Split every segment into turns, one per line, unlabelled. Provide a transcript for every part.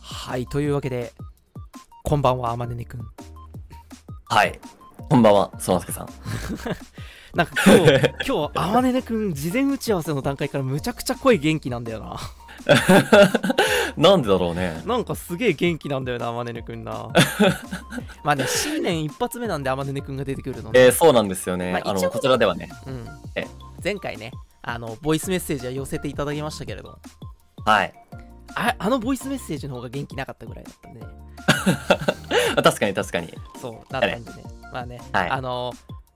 はいというわけでこんばんはあまねねくん
はい。こんばんは、そらすけさん。
なんか今日今日あまねねくん事前打ち合わせの段階からむちゃくちゃ声元気なんだよな
なんでだろうね。
なんかすげえ元気なんだよなあまねねくん なまあね新年一発目なんであまねねくんが出てくるのね、
えー、そうなんですよね。
まあ
あ、
一応
の、こちらではね。
うん
え
前回ねあのボイスメッセージは寄せていただきましたけれど
はい。
ああのボイスメッセージの方が元気なかったぐらいだったんでね
あ確かに確かに。
そうだったんでねまあね、
はい
あの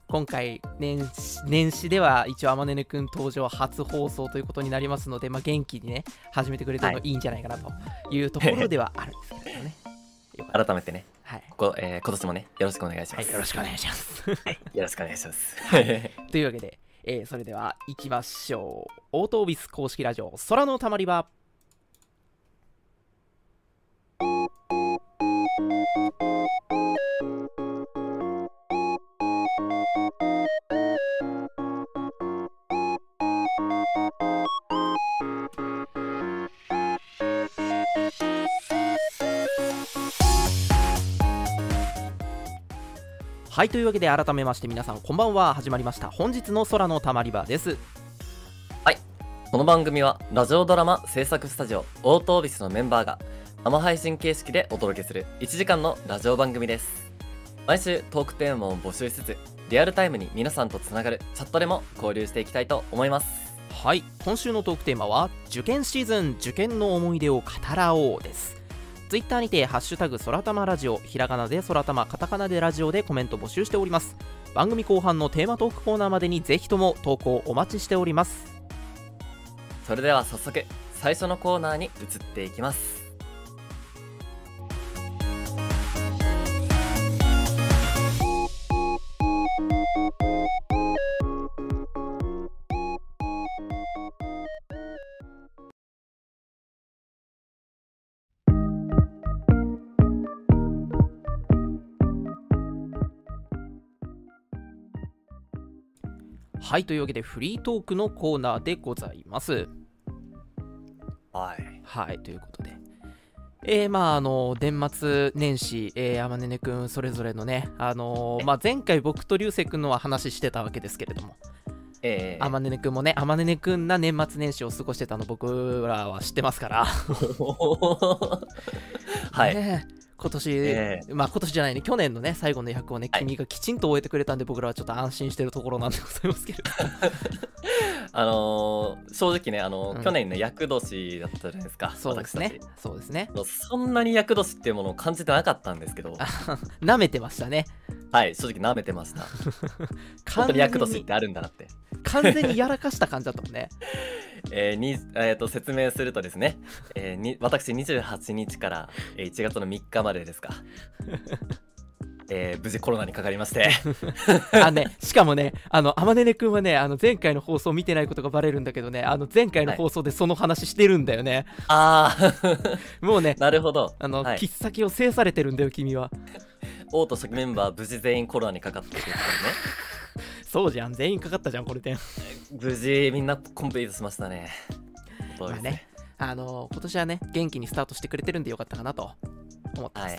今回年始年始では一応あまねねくん登場初放送ということになりますので、まあ、元気にね始めてくれてるの
はい
いいんじゃないかなというところではあるんですけれ どねよかった
改めてね、
はい、
ここ、えー今年もね、よろしくお願いしま
はい、
す。
よろしくお願いします
よろしくお願いします。
というわけで、えーそれでは行きましょうオートオビス公式ラジオ空のたまり場はいというわけで改めまして皆さんこんばんは始まりました本日の空のたまり場です
この番組は、ラジオドラマ制作スタジオ、オートオービスのメンバーが、生配信形式でお届けする1時間のラジオ番組です。毎週トークテーマを募集しつつ、リアルタイムに皆さんとつながるチャットでも交流していきたいと思います。
はい今週のトークテーマは受験シーズン受験の思い出を語らおうですツイッターにて「ハッシュタグそらたまラジオ」ひらがなでそらたまカタカナでラジオでコメント募集しております番組後半のテーマトークコーナーまでにぜひとも投稿お待ちしております
それでは早速、最初のコーナーに移っていきます。
はいというわけでフリートークのコーナーでございます
はい。
はいということでえー、まああの年末年始、えー、天音くんそれぞれのねあのーまあ前回僕と流星くんのは話してたわけですけれども
ええ
あまねねくんもね、あまねねくんな年末年始を過ごしてたの僕らは知ってますから、
はい。
ね今年、
え
まあ今年じゃないね、去年のね、最後の役をね、
はい
君がきちんと終えてくれたんで、僕らはちょっと安心してるところなんでございます けれど。
あのー正直ね、あのー
うん
去年ね、厄年だったじゃないですか。
そうですね
私たち。
そうですね
あ。のそんなに厄年っていうものを感じてなかったんですけど、
舐めてましたね。
はい、正直舐めてま した。本
完
当に厄年っ
に
てあるんだなって。
完全にやらかした感じだったもんね。
えーにえー、と説明するとですね、えーに私28日からえー1月の3日までです か、えー無事コロナにかかり まして、
あね、しかもね、あの、あまねねくんはね、あの前回の放送見てないことがバレるんだけどね、あの前回の
はい
放送でその話してるんだよね。
あー、
もうね、
なるほど、
あの、
はい
切っ先を制されてるんだよ、君は。
王と初期メンバー無事全員コロナにかかってるってことね。
そうじゃん、全員かかったじゃん、これで。
無事みんなコンプリートしましたね。そうですね。
あの今年はね元気にスタートしてくれてるんでよかったかなと思ってます、
はい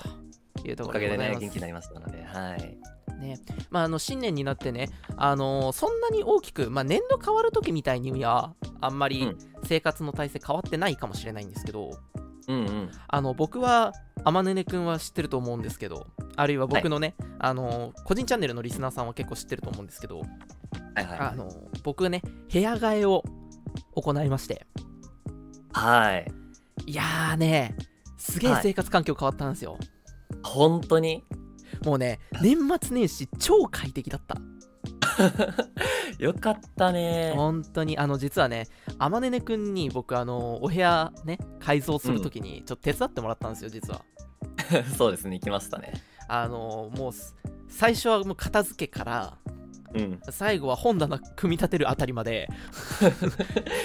というと
お
こ
か
ろ
げ
でござい
でね
ま、す
元気になりましたので、はい。
ねまああの新年になってねあのそんなに大きく、まあ、年度変わる時みたいにはあんま
う
り
ん
生活の体制変わってないかもしれないんですけど、
うんうん。
あの僕はあまねねくんは知ってると思うんですけどあるいは僕のね、あの個人チャンネルのリスナーさんは結構知ってると思うんですけど、
はいはい。
あの僕ね部屋替えを行いまして
はい。
いやーねすげえ生活環境変わったんですよ、
本当に
もうね、年末年始超快適だった。
よかったね。
本当に、あの、実はね、あまねねくんに僕、あの、お部屋ね、改造するときに、ちょっと手伝ってもらったんですよ、実は。
そうですね、行きましたね。
あの、もうす、最初はもう片付けから、
うん。
最後は本棚組み立てるあたりまで、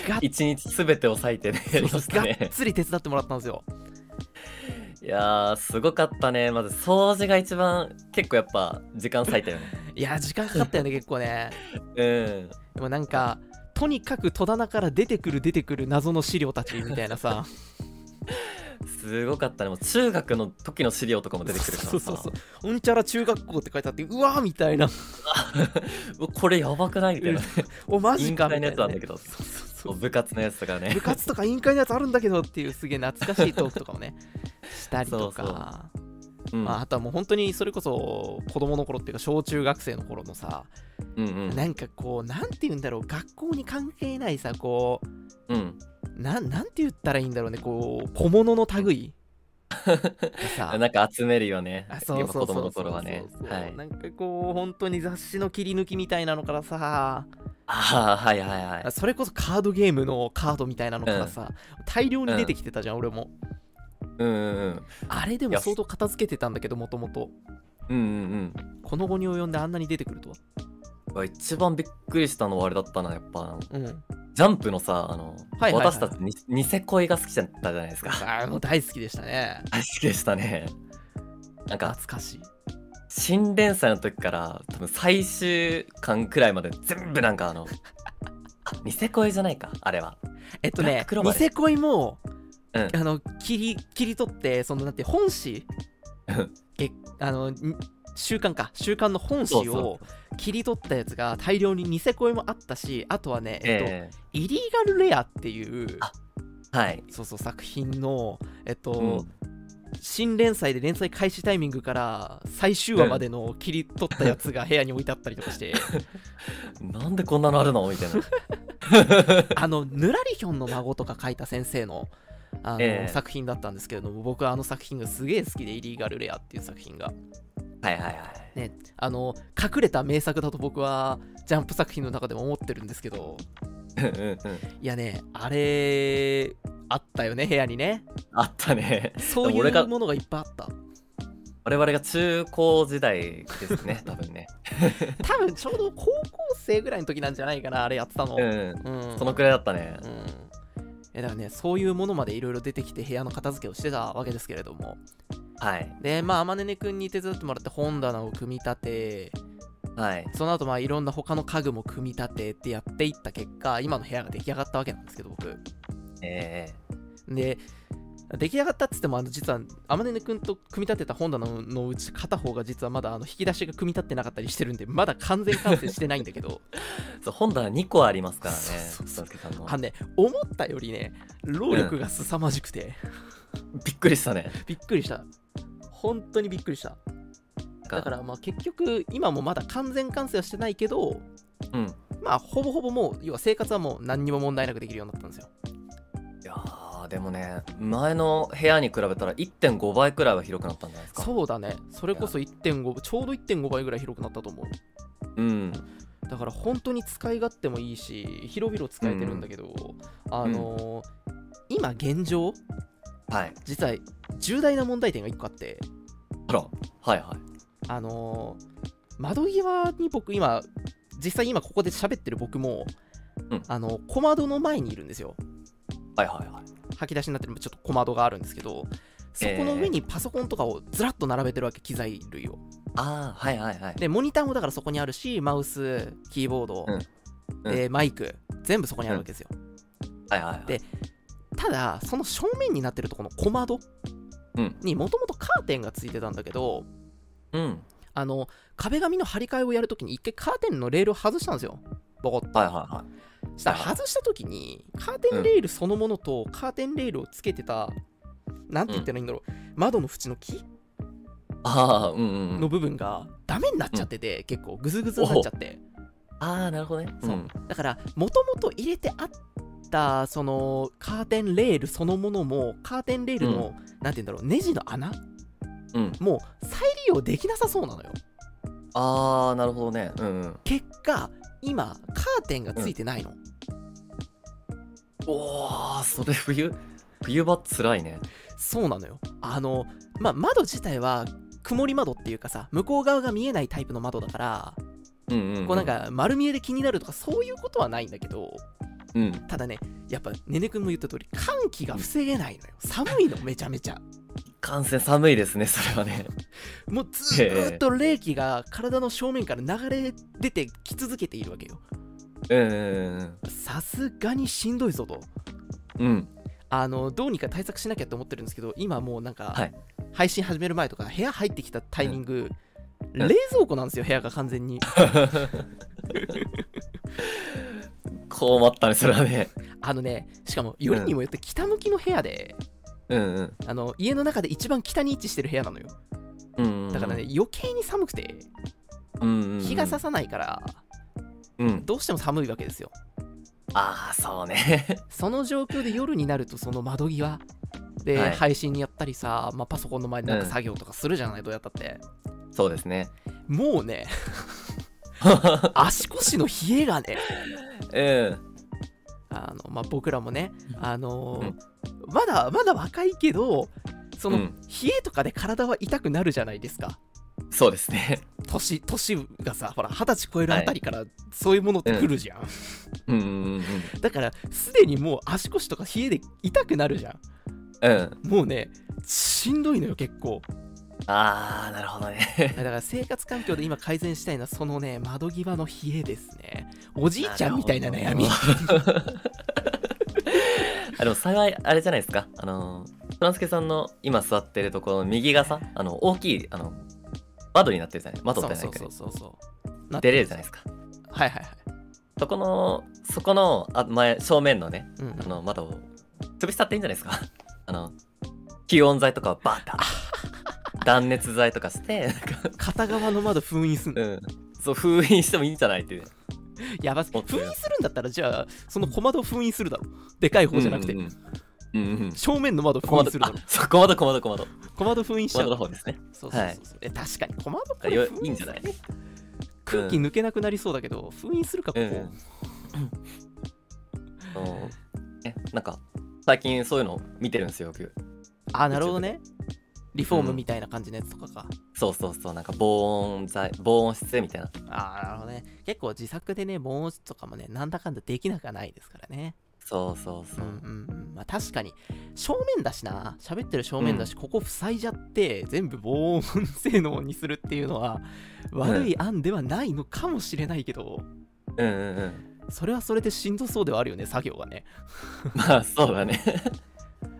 がっ
一日すべてを割いてね、やりました
がっ
ね。
つり手伝ってもらったんですよ。
いやー、すごかったね。まず掃除が一番、結構やっぱ、時間割いた よね。
いや、時間かか ったよね、結構ね。
うん。
でもなんか、とにかく戸棚から出てくる出てくる謎の資料たちみたいなさ
すごかったねもう中学の時の資料 とかも出てくるから
そうそうそうそううんちゃら中学校って書いてあってうわーみたいな
うわこれやばくないみたいな
おマジ
委員
かみたい
会の
な、
やつなんだ
ね、
けどそう部活のやつとかね
部活とか委員会のやつあるんだけどっていうすげえ懐かしいトークとか もねしたりとか
そううん
まあ、あとはもう本当にそれこそ子供の頃っていうか小中学生の頃のさ、
うんうん
なんかこうなんて言うんだろう学校に関係ないさこ
うん
うなんなんて言ったらいいんだろうねこう小物の類がさ
なんか集めるよね
あそうそう
やっぱ子
そ
供
う
の
そう
頃
そ
は
う
ね
そう
はい
なんかこう本当に雑誌の切り抜きみたいなのからさ
ああはいはいはい
それこそカードゲームのカードみたいなのからさ、大量に出てきてたじゃん、俺も
うんうんうん
あれで
い
も
や
相当片付けてたんだけどもともと
うんうん
この後に及んであんなに出てくるとは
うんうわ一番びっくりしたのはあれだったなやっぱあの
うん
ジャンプのさあの、
はいはいはい
私たちにニセ恋が好きだったじゃないですか
あの大好きでしたね
大好きでしたねなんか
懐かしい
新連載の時から多分最終巻くらいまで全部なんかあのあニセ恋じゃないかあれは
えっと
ブラッ
ね
ククローバ
ニ
ー
セ恋も、
うん
あの切り切り取ってそのなんて本誌
うん
げあのん週刊か週刊の本誌
そ
を切り取ったやつが大量にニセ恋もあったしあとはね、えっと
え
イリーガルレアっていう
あえはい
そうそう作品のえっと、
うん
新連載で連載開始タイミングから最終話までの切り取ったやつが部屋に置いてあったりとか して
なんでこんなのあるのみたいな
あのぬらりひょんの孫とか書いた先生のあの、
ええ
作品だったんですけれども僕はあの作品がすげえ好きで「イリーガルレア」っていう作品が
はいはいはい
ねあの隠れた名作だと僕はジャンプ作品の中でも思ってるんですけど
うんうんうん
いやねあれあったよね部屋にね
あったね
そうい
俺が
うものがいっぱいあった
我々が中高時代です ね多分ね
多分ちょうど高校生ぐらいの時なんじゃないかなあれやってたの、
うん
うん
そのくらいだったね
うんえだからねそういうものまでいろいろ出てきて部屋の片付けをしてたわけですけれども
はい
でまあ天音くんに手伝ってもらって本棚を組み立て
はい
その後まあいろんな他の家具も組み立てってやっていった結果今の部屋が出来上がったわけなんですけど僕
え
で出来上がったっつってもあの実は天音くんと組み立てた本棚のうち片方が実はまだあの引き出しが組み立ってなかったりしてるんでまだ完全完成してないんだけど
えそう本棚2個ありますからね
そう そう
俊介さんの
あのね思ったよりね労力が凄まじくて、
びっくりしたね
びっくりした本当にびっくりしただからまあ結局今もまだ完全完成はしてないけど
うん
まあほぼほぼもう要は生活はもう何にも問題なくできるようになったんですよ
いやーでもね前の部屋に比べたら1.5倍くらいは広くなったんじゃないですか
そうだねそれこそ1.5ちょうど1.5倍ぐらい広くなったと思う
うん
だから本当に使い勝手もいいし広々使えてるんだけど、あのー今現状
はい
実は重大な問題点が1個あって
あらはいは
あのー窓際に僕今実際今ここで喋ってる僕も、
うん
あの小窓の前にいるんですよ
いはいはいはい
吐き出しになってるちょっと小窓があるんですけどそこの上にパソコンとかをずらっと並べてるわけ機材類を
ああはいはいはい
でモニターもだからそこにあるしマウスキーボード、
うん
でマイク全部そこにあるわけですよ、
はいはいはい
でただその正面になってるとこの小窓
うん
にもともとカーテンがついてたんだけど
うん
あの壁紙の張り替えをやるときに一回カーテンのレールを外したんですよボコッと
はいはいは
したら外した時にカーテンレールそのものとカーテンレールをつけてた、なんて言ったらいいんだろう、窓の縁の木
いああうんうんう
の
ん
部分がダメになっちゃってて、結構グズグズになっちゃって
ああなるほどね
そう
うん
だからもともと入れてあったそのカーテンレールそのものもカーテンレールの、なんて言うんだろうネジの穴
うん
もう再利用できなさそうなのよ
ああなるほどねうんうん
結果今カーテンがついてないの、
おおそれ冬冬場つらいね
そうなのよあのまあ窓自体は曇り窓っていうかさ向こう側が見えないタイプの窓だから
うんうんうん
こうなんか丸見えで気になるとかそういうことはないんだけど
うん
ただねやっぱねねくんも言った通り寒気が防げないのよ寒いのめちゃめちゃ
感染寒いですねそれはね
もうずーっと冷気が体の正面から流れ出てき続けているわけよ
うんうん
さすがにしんどいぞと
うんうん
あのどうにか対策しなきゃと思ってるんですけど今もうなんか、
はい
配信始める前とか部屋入ってきたタイミング、
うん
冷蔵庫なんですよ部屋が完全に
困ったねそれはね
あのねしかもよりにもよって北向きの部屋で、
うんうん
あの家の中で一番北に位置してる部屋なのよ
うんうん
だからね、余計に寒くて
うんうんうん、
日がささないから
うん
どうしても寒いわけですよ
ああそうね
その状況で夜になるとその窓際で
はい
配信やったりさ、まあ、パソコンの前でなんか作業とかするじゃない、どうやったって
そうです ね
もうね足腰の冷えがね
うん
あの、まあ、僕らもね、あのーまだまだ若いけどその、
うん
冷えとかで体は痛くなるじゃないですか
そうですね
年年がさほら二十歳超えるあたりからそういうものってくるじゃん、
うんうんうん
だからすでにもう足腰とか冷えで痛くなるじゃん
うんうん
もうねしんどいのよ結構
ああなるほどね
だから生活環境で今改善したいのはそのね窓際の冷えですねおじいちゃんみたいな悩み
な あでも幸いあれじゃないですかあのートランスケさんの今座ってるところの右がさあの大きいあの窓になってるじゃない 窓
そ
って
う
ない
そ
か
うそうそうそうな
出れるじゃない
で
ですか
すかはいはいはい
そこのそこのあ前正面のね
うんうん
あの窓を潰し去っていいんじゃないですか あの吸音材とかをバー ッと断熱材とかしてなんか、
片側の窓封印すんの
うん、そう封印してもいいんじゃないっていう
やばす
思って
封印するんだったらじゃあその小窓を封印するだろでかい方じゃなくて、
うんうんうんうんうん
正面の窓
小
封印
窓
するだ
あ
ろ
そう小窓小窓小窓
小窓封印し
小
ちゃ
窓
う
の方ですね
そうそうそうそう、え確かに小窓これ
よ
封印
いいんじゃない
空気抜けなくなりそうだけど、封印するかここ、
うんあのえなんか最近そういうの見てるんですよよく
あなるほどねリフォームみたいな感じのやつとかか、
そうそうそうなんか防音材防音室みたいな
あーなるほどね結構自作でね防音室とかもねなんだかんだできなくはないですからね
そうそう
う
そ
ん
う、
うんうんまあ確かに正面だしな喋ってる正面だし、ここ塞いじゃって全部防音性能にするっていうのは悪い案ではないのかもしれないけど、
うんうんうん
それはそれでしんどそうではあるよね作業がね
まあそうだ ね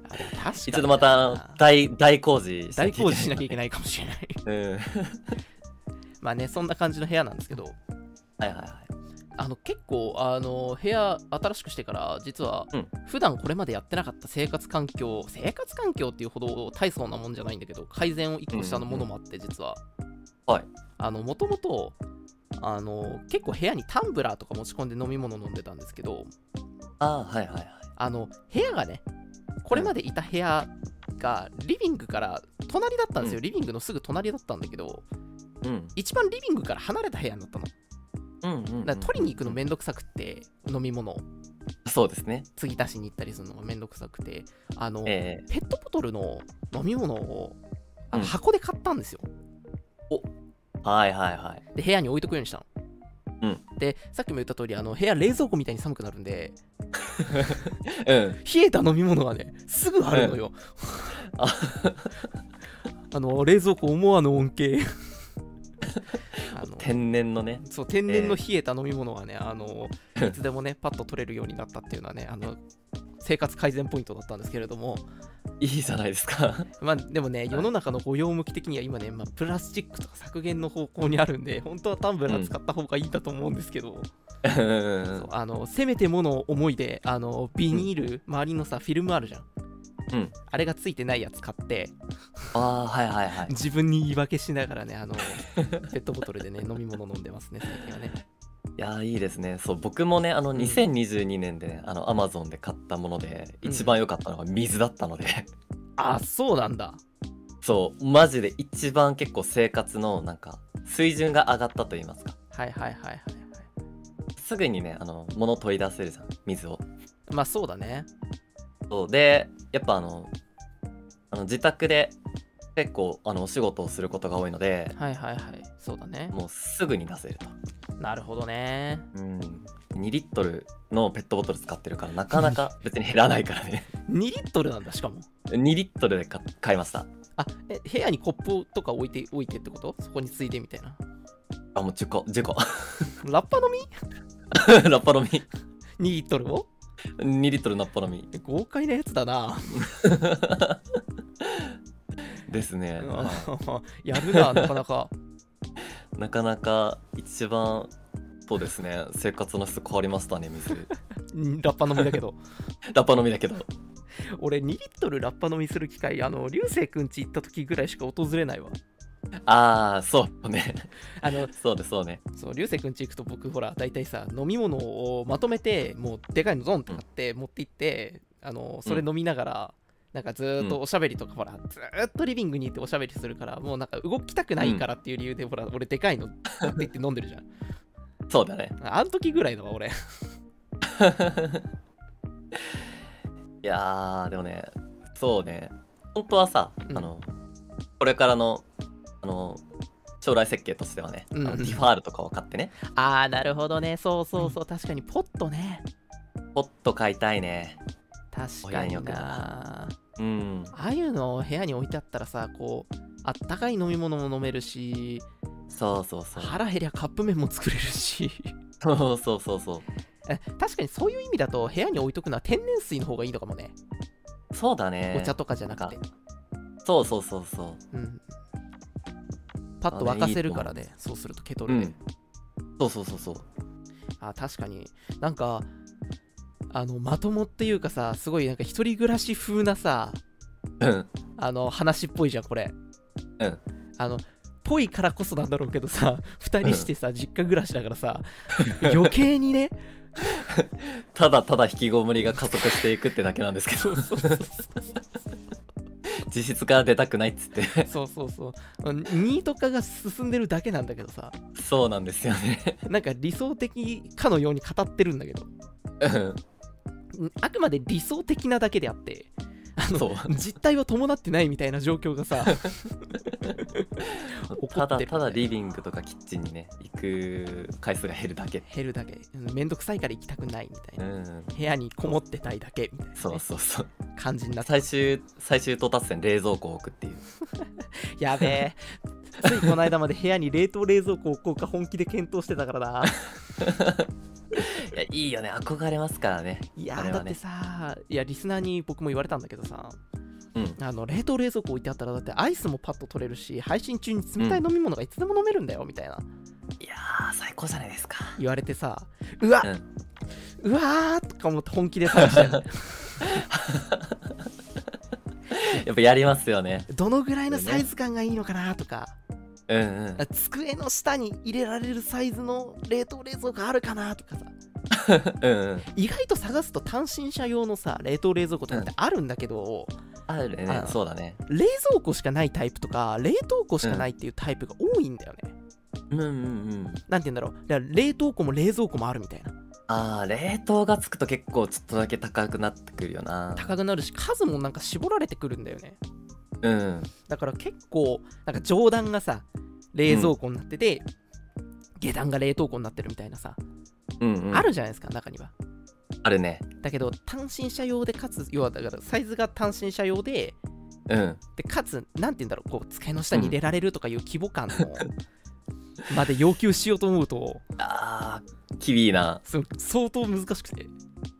あでも確かに
一度またあの大大工事
大工事しなきゃいけな
ない
いかもしれない
うんはい
まあねそんな感じの部屋なんですけど
はいはい
あの結構あの部屋新しくしてから実は
うん
普段これまでやってなかった生活環境生活環境っていうほど大層なもんじゃないんだけど改善を一個下のものもあって実は、
はい
あのもともとあの結構部屋にタンブラーとか持ち込んで飲み物飲んでたんですけど
あーはいはいはい
あの部屋がねこれまでいた部屋がリビングから隣だったんですよ、
うん
リビングのすぐ隣だったんだけど
うん
一番リビングから離れた部屋になったのだか
うんうんうん
ら取りに行くのめんどくさくって飲み物を
そうですね
継ぎ足しに行ったりするのがめんどくさくてあの、
え
ペットボトルの飲み物をあの
うん
箱で買ったんですよ、
えはいはいはい
で部屋に置いとくようにしたの、
うん
でさっきも言った通りあの部屋冷蔵庫みたいに寒くなるんで
うん
冷えた飲み物がねすぐあるのよ、
あ
あの冷蔵庫思わぬ恩 恵あの
天然のね
そう天然の冷えた飲み物はね、あのいつでもねパッと取れるようになったっていうのはねあの生活改善ポイントだったんですけれども
いいじゃないですか
まあでもね世の中の雇用向き的には今ね、まあ、プラスチックとか削減の方向にあるんで本当はタンブラー使った方がいいんだと思うんですけど、
うんうんうん
そうあのせめてもの思いであのビニール、周りのさフィルムあるじゃん、
うん
あれがついてないやつ買って
ああはいはいはい
自分に言い訳しながらね あのペットボトルでね飲み物飲んでますね最近はね
いやーいいですねそう僕もねあの
ん
2022年で、ねあのアマゾンで買ったもので
うん
一番良かったのが水だったので、
あそうなんだ
そうマジで一番結構生活のなんか水準が上がったと言いますか
はいはいはいはいはい
すぐにねあの物取り出せるじゃん水を
まあそうだね
そうでやっぱあのあの自宅で結構あのお仕事をすることが多いので
はいはいはいそうだね
もうすぐに出せると
なるほどね
うん2リットルのペットボトル使ってるからなかなか別に減らないからね
2リットルなんだしかも
2リットルで買買いました
あえ部屋にコップとか置いて置いてってことそこについてみたいな
あもう10個10個
ラッパ飲み
ラッパ飲み
2リットルを
2リットルなっぱらみ
豪快なやつだな。
ですね、
やるな、なかなか。
なかなか一番そうですね生活の質変わりましたね水
うんラッパ飲みだけど。
ラッパ飲みだけど
俺、2リットルラッパ飲みする機会、あの、流星くんち行った時ぐらいしか訪れないわ。
ああそうね
あの、
そうですそうね
そう、流星くんち行くと僕、ほら、大体さ、飲み物をまとめて、もう、でかいのドンって買って、持って行って、あの、それ飲みながら、なんかずーっとおしゃべりとか、ほら、ずーっとリビングにいておしゃべりするから、もうなんか動きたくないからっていう理由で、ほら、俺、でかいの 持って行って飲んでるじゃん。
そうだね
あん時ぐらいだわ、俺。
いやーでもねそうね本当はさ、
うん
あのこれからのあの将来設計としてはね、あの
うんうん
ティファールとかを買ってね
ああ、なるほどね。そうそうそう。確かに、ポットね。
ポット買いたいね
確かに
親に送る
な。
うん
ああいうのを部屋に置いてあったらさ、こう、あったかい飲み物も飲めるし、
そうそうそう
腹減りゃカップ麺も作れるし。
そうそうそうそ
え確かにそういう意味だと部屋に置いとくのは天然水の方がいいのかもね、
うそうだね
お茶とかじゃなくて、
そうそうそうそ
うん、パッと沸かせるからねそうするとケト
うう
ルで、
んそうそうそうそう
あ確かになんかあのまともっていうかさすごいなんか一人暮らし風なさ
うん
あの話っぽいじゃんこれ
うん
あのぽいからこそなんだろうけどさ2人 してさ、実家暮らしだからさ余計にね
ただただ引きこもりが加速していくってだけなんですけ
そう
ど
そうそう
自室から出たくないっつって
そうそうそうニート化が進んでるだけなんだけどさ
そうなんですよね
なんか理想的かのように語ってるんだけど、
うん
んあくまで理想的なだけであ って、あの
そう
実態を伴ってないみたいな状況が さ、怒ってる
ただただリビングとかキッチンにね行く回数が減るだけ
減るだけ、うんめんどくさいから行きたくないみたいうな、
ん
部屋にこもってたいだけみたいなね、
そうそうそう
感じになって、
最終最終到達点冷蔵庫を置くっていう
やべえ、 ついこの間まで部屋に冷凍冷蔵庫を置こうか本気で検討してたから な。
いやいいよね憧れますからね
いや
あ
ー、
れ
だ
は
っ
ね
てさ、いや、リスナーに僕も言われたんだけどさ、
うん
あの冷凍冷蔵庫置いてあったらだってアイスもパッと取れるし配信中に冷たい飲み物がいつでも飲めるんだよみたいない
やー最高じゃないですか
言われてさうわ、うわーとか思って本気で探して
やっぱやりますよね
どのぐらいのサイズ感がいいのかなとか
うんうん
机の下に入れられるサイズの冷凍冷蔵庫あるかなとかさ
うんうん
意外と探すと単身者用のさ冷凍冷蔵庫とかってあるんだけど、
あるね
あ
そうだね
冷蔵庫しかないタイプとか冷凍庫しかないっていうタイプが多いんだよね、
うんうんうん
なんて言うんだろうだから冷凍庫も冷蔵庫もあるみたいな
あー冷凍がつくと結構ちょっとだけ高くなってくるよな
高くなるし数もなんか絞られてくるんだよね
うん
だから結構なんか上段がさ冷蔵庫になってて、下段が冷凍庫になってるみたいなさ、
うんうん
あるじゃないですか中には
あるね
だけど単身者用でかつ要はだからサイズが単身者用で
うん
でかつなんて言うんだろうこう机の下に入れられるとかいう規模感の、 まで要求しようと思うと
あーキビいな
そ相当難しくて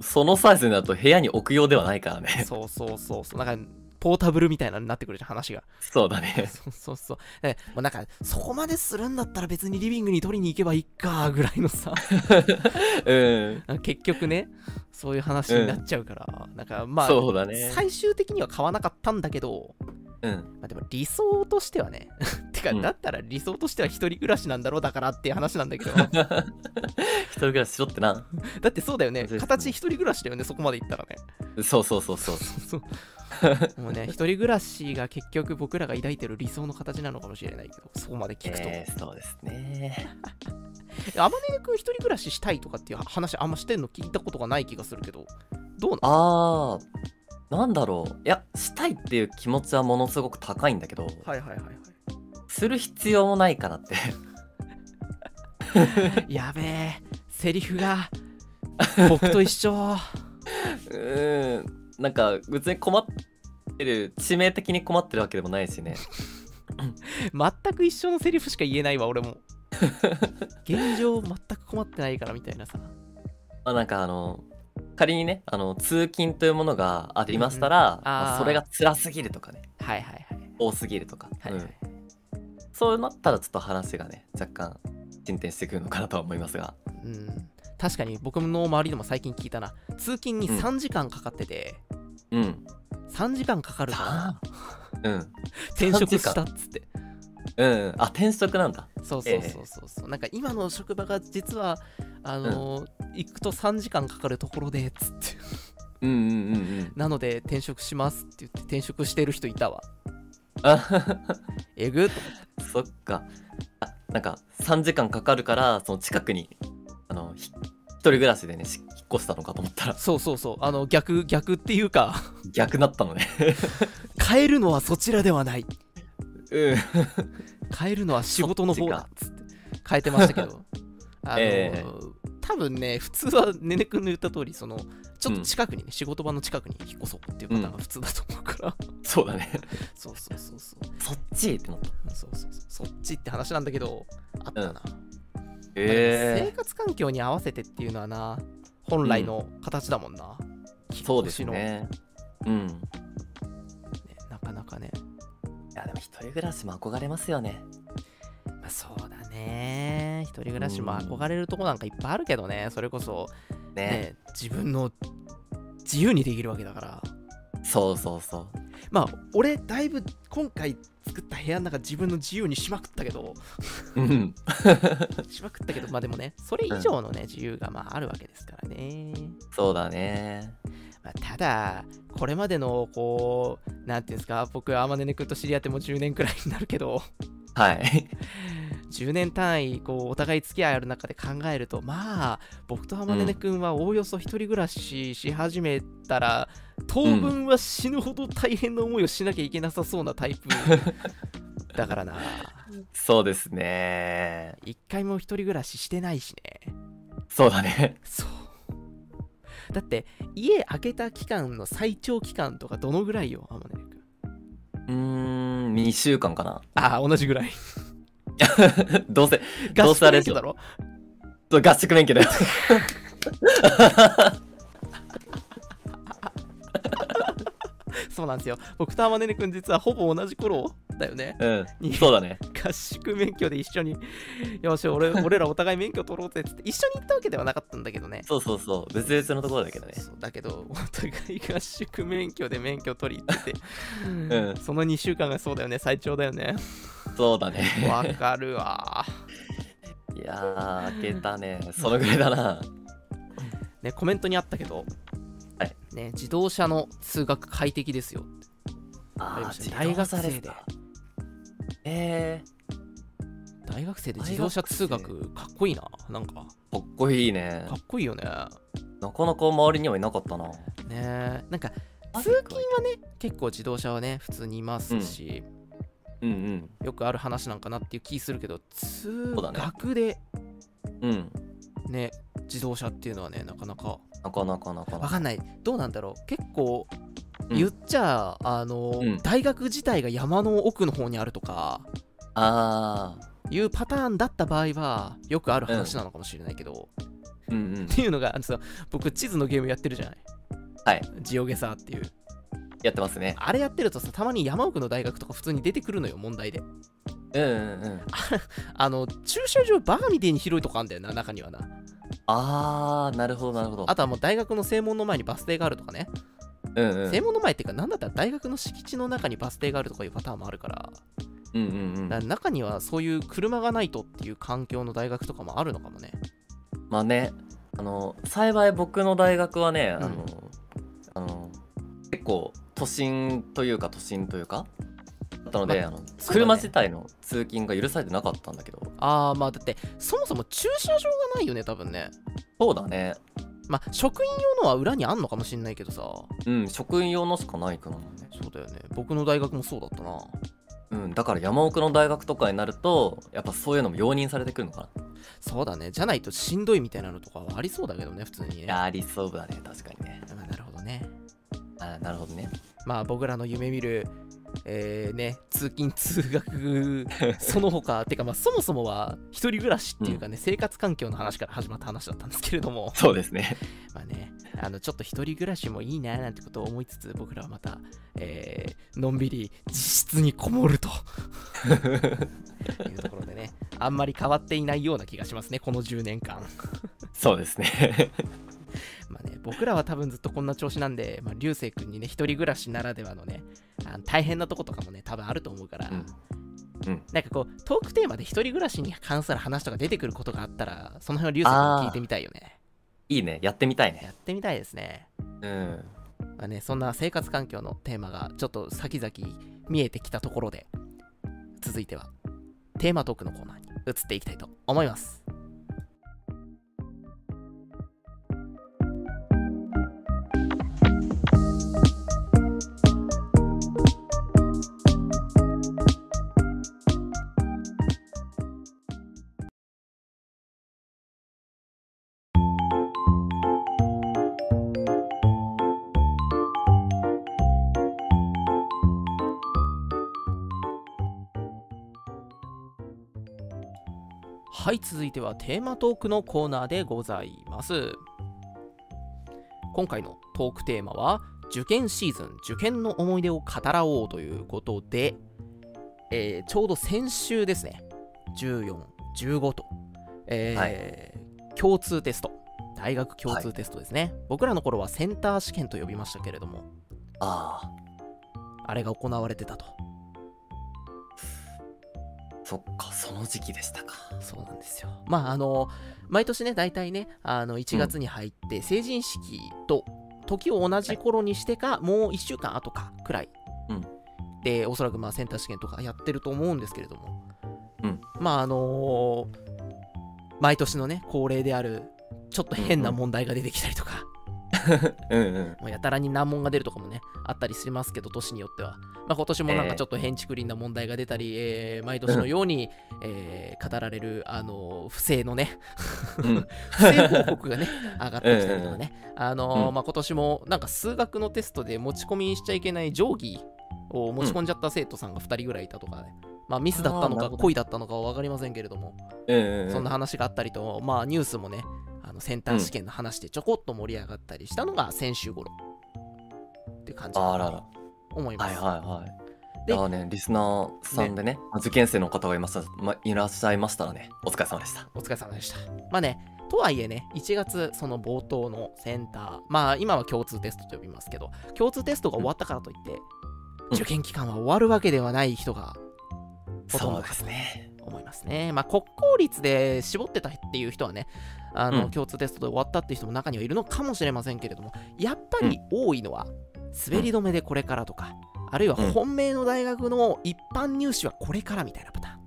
そのサイズになると部屋に置くようではないからね
そうそうそうそうなんかポータブルみたいなのになってくるじゃん話が
そうだね
そうそうそうえもうなんかそこまでするんだったら別にリビングに取りに行けばいいかぐらいのさ
うん
なんか結局ねそういう話になっちゃうから、なんかまあ、
そうだね
最終的には買わなかったんだけど、
うん
まあ、でも理想としてはね てか、
うん
だったら理想としては一人暮らしなんだろうだからっていう話なんだけ ど
一人暮らししろってな
だってそうだよね
そうですね
形一人暮らしだよねそこまでいったらね
そうそうそうそう
そう もうね一人暮らしが結局僕らが抱いてる理想の形なのかもしれないけどそこまで聞くと、
えーそうですね
あまねくん一人暮らししたいとかっていう話あんましてんの聞いたことがない気がするけどどうな
あーなんだろういやしたいっていう気持ちはものすごく高いんだけど、
はいはいはいはい
する必要もないかなって
やべえセリフ が僕と一緒
うーんなんか別に困ってる致命的に困ってるわけでもないしね
全く一緒のセリフしか言えないわ俺も現状全く困ってないからみたいなさ
まあなんかあの仮にねあの通勤というものがありましたら、
うんあー
それが辛すぎるとかね
はいはいはい
多すぎるとか、
はい、
うんそうなったらちょっと話がね若干進展してくるのかなとは思いますが
うん、確かに僕の周りでも最近聞いたな通勤に
うん
3時間かかってて、
うん
3時間かかるからな
うん
転職したっつって
うんあ転職なんだ
そうそうそうそうそう、なんか今の職場が実はあのー行くと3時間かかるところでっつって
うんうんうん うん
なので転職しますって言って転職してる人いたわ
あ
えぐっ
そっかあなんか3時間かかるからその近くにあのひ一人暮らしでねし引っ越したのかと思ったら
そうそうそうあの逆逆っていうか
逆だったのね
変えるのはそちらではない
うん
変えるのは仕事の方
そ
だっつって変えてましたけ どあの、
ええ
多分ね普通はねね君の言った通りそのちょっと近くにね、仕事場の近くに引っ越そうっていうパターンが普通だと思う から、
そうだね
そうそうそうそう
そっちってなった
そうそうそうそっちって話なんだけどあったな、
うん
まあ生
え
活環境に合わせてっていうのはな本来の形だもんな、
えそうですねうんい
ねなかなかね、
やでも一人暮らしも憧れますよね
まあ、そうだね一人暮らしも憧れるとこなんかいっぱいあるけどねそれこそ
ね
ね、自分の自由にできるわけだから
そうそうそ
まあ俺だいぶ今回作った部屋の中自分の自由にしまくったけど
ううん
しまくったけどまあでもねそれ以上のね自由がまああるわけですからね、
そうだね
まあ、ただこれまでのこうなんていうんですか僕は天音君と知り合ってもう10年くらいになるけど
はい
10年単位こうお互い付き合いある中で考えるとまあ僕と天音君はおおよそ一人暮らしし始めたら、当分は死ぬほど大変な思いをしなきゃいけなさそうなタイプだからな
そうですね
一回も一人暮らししてないしね
そうだね
そうだって家開けた期間の最長期間とかどのぐらいよ天音君
うーん2週間かな
ああ同じぐらい
どうせ
合
どうせ
宿免
あれです
許
よ
だろ
合宿免許 だよ
そうなんですよ僕と天音君実はほぼ同じ頃だよね
うんそうだね
合宿免許で一緒に よし 俺俺らお互い免許取ろうぜっつって一緒に行ったわけではなかったんだけどね
そうそうそう別々のところだけどね
そうだけどお 互い合宿免許で免許取り行ってて、
ん
その2週間がそうだよね最長だよね
そうだね
わかるわ
いやー開けたね そのぐらいだな
ねコメントにあったけど、
はい
ね、自動車の通学快適ですよ
あ
り
ー
ました
自動車す
大
か
学
え
大学生で自動車通学かっこいいななんか
ー、かっこいいね
かっこいいよね
なかなか周りにはいなかったな
ねえなんか通勤はね結構自動車はね普通にいますし、
うん
よくある話なんかなっていう気するけど通
うだね
学で
うんうん
ね自動車っていうのはねなかなか
なかなかなか
わ
な
かんないどうなんだろう結構
うん
言っちゃ、あの、
うん
大学自体が山の奥の方にあるとか
あ
いうパターンだった場合はよくある話なのかもしれないけど、っ
ーうんうん
ていうのがあのさ僕地図のゲームやってるじゃない
はい
ジオゲサーっていう
やってますね
あれやってるとさたまに山奥の大学とか普通に出てくるのよ問題で
うんうんうん
あの駐車場バーみたいに広いとこあんだよな中にはな
あーなるほどなるほど
あとはもう大学の正門の前にバス停があるとかね、
うんうん
正門の前っていうか何だったら大学の敷地の中にバス停があるとかいうパターンもあるから
うんうんう
だから
ん
中にはそういう車がないとっていう環境の大学とかもあるのかもね
まあねあの幸い僕の大学はね、あ
うん
のあの結構都心というか都心というかだったので、
ま
あの
だね
車自体の通勤が許されてなかったんだけど
ああまあだってそもそも駐車場がないよね多分ね
そうだね
まあ職員用のは裏にあんのかもしんないけどさそ
うん職員用のしかないかな、
うだよね僕の大学もそうだったな
うん、だから山奥の大学とかになるとやっぱそういうのも容認されてくるのかな
そうだねじゃないとしんどいみたいなのとかはありそうだけどね普通にね
いやありそうだね確かにね
まあなるほどね
あーなるほどね
まあ僕らの夢見るえーね、通勤通学その他てかまあそもそもは一人暮らしっていうかね、生活環境の話から始まった話だったんですけれども
そうですね。
まあねあのちょっと一人暮らしもいいななんてことを思いつつ僕らはまた、えーのんびり自室にこもるというところでねあんまり変わっていないような気がしますねこの10年間。
そうですね。
まあね、僕らは多分ずっとこんな調子なんで、まあ、流星君にね、一人暮らしならではのね、あの大変なとことかもね、多分あると思うから、
うんうん
なんかこう、トークテーマで一人暮らしに関する話とか出てくることがあったら、その辺を流星君に聞いてみたいよね。
いいね。やってみたいね。
やってみたいですね。
うん。
まあね、そんな生活環境のテーマがちょっと先々見えてきたところで、続いてはテーマトークのコーナーに移っていきたいと思います。はい続いてはテーマトークのコーナーでございます今回のトークテーマは受験シーズン受験の思い出を語らおうということで、えーちょうど先週ですね1415と、えー共通テスト大学共通テストですね、僕らの頃はセンター試験と呼びましたけれども
あ
あれが行われてたと
あ、そっか、その時期でしたか。
そうなんですよ。まああの毎年ね大体ねあの1月に入って成人式と時を同じ頃にしてか、もう1週間後かくらい、
うん
でおそらくまあセンター試験とかやってると思うんですけれども、
うん
まああのー毎年のね恒例であるちょっと変な問題が出てきたりとか、
うんうん。
もうやたらに難問が出るとかもねあったりしますけど年によっては、まあ、今年もなん
え
か
え
ちょっと変竹林な問題が出たり、えー毎年のように、えー語られるあの不正の ね
うん、
不正報告がね上がってきたりとかね、あのー
うん
まあ、今年もなんか数学のテストで持ち込みしちゃいけない定規を持ち込んじゃった生徒さんが2人ぐらいいたとかね、まあ、ミスだったの
あーな
か
るほど
故意だったのかは分かりませんけれども
うんうん。
そんな話があったりと、まあ、ニュースもねあのセンター試験の話でちょこっと盛り上がったりしたのが先週頃っていう感じ
あらら。
思いま
はい
す。
はいはい。い
で
やーね、リスナーさんでね、まあ受験生の方がいました、ま、いらっしゃいましたらね、お疲れ様でした。
お疲れ様でした。まあね、とはいえね、1月その冒頭のセンター、まあ今は共通テストと呼びますけど、共通テストが終わったからといって、
うん
受験期間は終わるわけではない人がほとん
そ
どか
うで
と
すね。
思いますね。まあ国公立で絞ってたっていう人はね、あの
うん
共通テストで終わったっていう人も中にはいるのかもしれませんけれども、やっぱり多いのは、滑り止めでこれからとか、あるいは
うん
本命の大学の一般入試はこれからみたいなパタ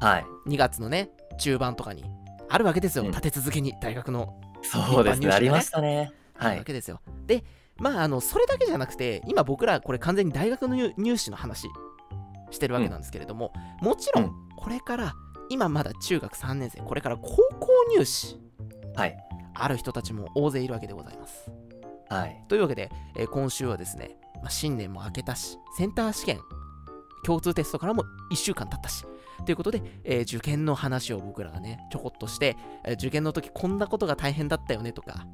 ーン。
はい。
2月のね中盤とかにあるわけですよ、
うん
立て続けに大学の
そうです
一般入試が
ね、
ね
ありましたね。
あ
は
る
い
わ。けですよ、でまああのそれだけじゃなくて今僕らこれ完全に大学の入入試の話してるわけなんですけれども、もちろ
うん
んこれから今まだ中学3年生これから高校入試
はい。
ある人たちも大勢いるわけでございます
はい。
というわけで、えー今週はですね、まあ、新年も明けたしセンター試験共通テストからも1週間経ったしということで、えー受験の話を僕らがねちょこっとして、えー受験の時こんなことが大変だったよねとか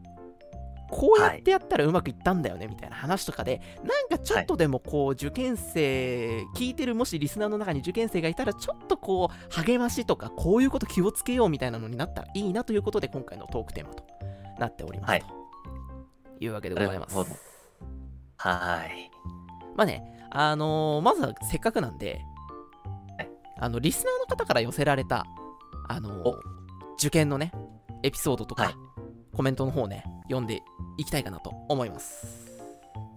こうやってやったらうまくいったんだよねみたいな話とかで、なんかちょっとでもこう受験生聞いてるもしリスナーの中に受験生がいたらちょっとこう励ましとかこういうこと気をつけようみたいなのになったらいいなということで今回のトークテーマとなっております、
はい
というわけでございます
なるほどはい。
まあね、あのーまずはせっかくなんで
はい、
あの、リスナーの方から寄せられた、あのー
お
受験のね、エピソードとか、
はい
コメントの方ね、読んでいきたいかなと思います。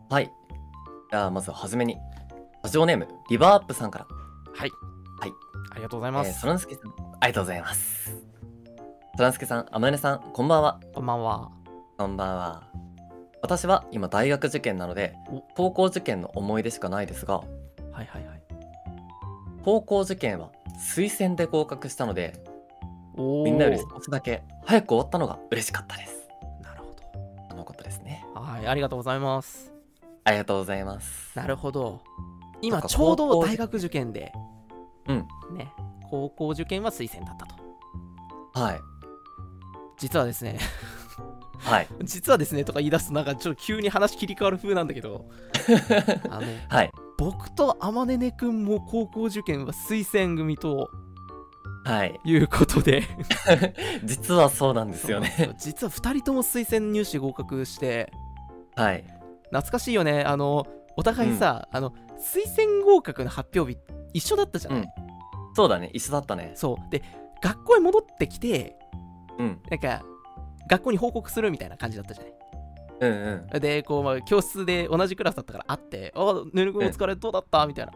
はい。じゃあ、まずはじめに、ラジオネーム、リバーアップさんから。
はい。
はい。
ありがとうございま
えー、
す。
そらんすけさん、ありがとうございます。そらんすけさん、あまねさん、こんばんは。
こんばんは。
こんばんは。私は今大学受験なので
お、
高校受験の思い出しかないですが、
はいはいはい。
高校受験は推薦で合格したので、
おー
みんなより少しだけ早く終わったのが嬉しかったです。
なるほ
あのことですね。
ど。はい、ありがとうございます。
ありがとうございます。
なるほど。今
そっか
ちょう
高
ど
校
大学受験で、
うん
ね、高校受験は推薦だったと
はい
実はですね
はい
実はですねとか言い出すとなんかちょっと急に話切り替わる風なんだけ どあの
はい
僕と天音ねくんも高校受験は推薦組と
はい
いうことで
実はそうなんです よ
そうな
ね
んですよ実は2人とも推薦入試合格して
はい
懐かしいよねあのお互いさ、あの推薦合格の発表日一緒だったじゃない、
うんそうだね一緒だったね
そうで学校へ戻ってきて
うん
なんか学校に報告するみたいな感じだったじゃない
うんうん
でこう、まあ、教室で同じクラスだったから会って「あぬるくんお疲れどうだった?」みたいな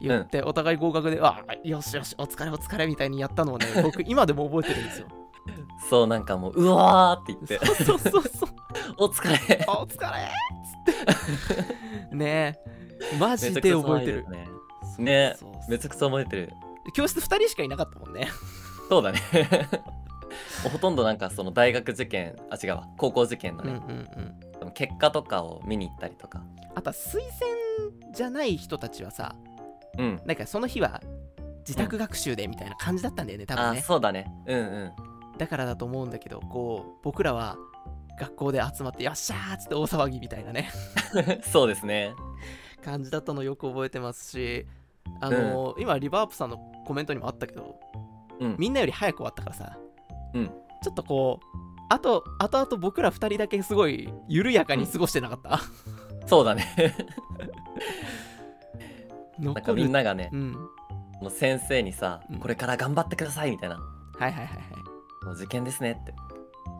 言ってお互い合格で「あよしよしお疲れお疲れ」みたいにやったのを ね僕今でも覚えてるんですよ。
そうなんかもううわーって言って
そうそうそうそう
お 疲れ
お疲れっつ ってねえマジで覚えてる。
めちゃくちゃ騒いでたねね
そうそう
めちゃくちゃ覚えてる
教室2人しかいなかったもんね。
そうだね もうほとんどなんかその大学受験あ違うわ高校受験の
うんう
ね
ん、うん、
その結果とかを見に行ったりとか
あとは推薦じゃない人たちはさ
うん
なんかその日は自宅学習でみたいな感じだったんだよね多分
あ
ね。
そうだねうんうん
だからだと思うんだけどこう僕らは学校で集まって「よっしゃー!」っつって大騒ぎみたいなね
そうですね。
感じだったのよく覚えてますしあのー今リバープさんのコメントにもあったけど
うん。
みんなより早く終わったからさ、
うん
ちょっとこうあとあとあと僕ら2人だけすごい緩やかに過ごしてなかった、
そうだね。なんか
残
みん
る
ながね
う、ん
もう先生にさ、
うん
これから頑張ってくださいみたいな、
はいはいはいはい
もう受験ですねって。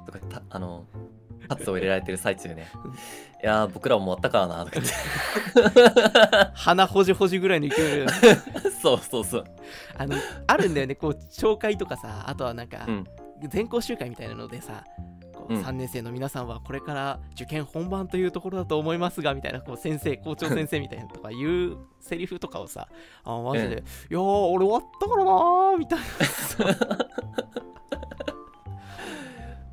とかたあの、パツを入れられてる最中ね。いやー、僕らも終わったからなとか言
鼻ほじほじぐらいの勢いで
って。 そうそうそう。
あのあるんだよねこう紹介とかさあとはなんか、
うん。
全校集会みたいなのでさこう
うん
3年生の皆さんはこれから受験本番というところだと思いますがみたいなこう先生校長先生みたいなとか言うセリフとかをさあマジで、
うん
いやー俺終わったからなーみたいなそう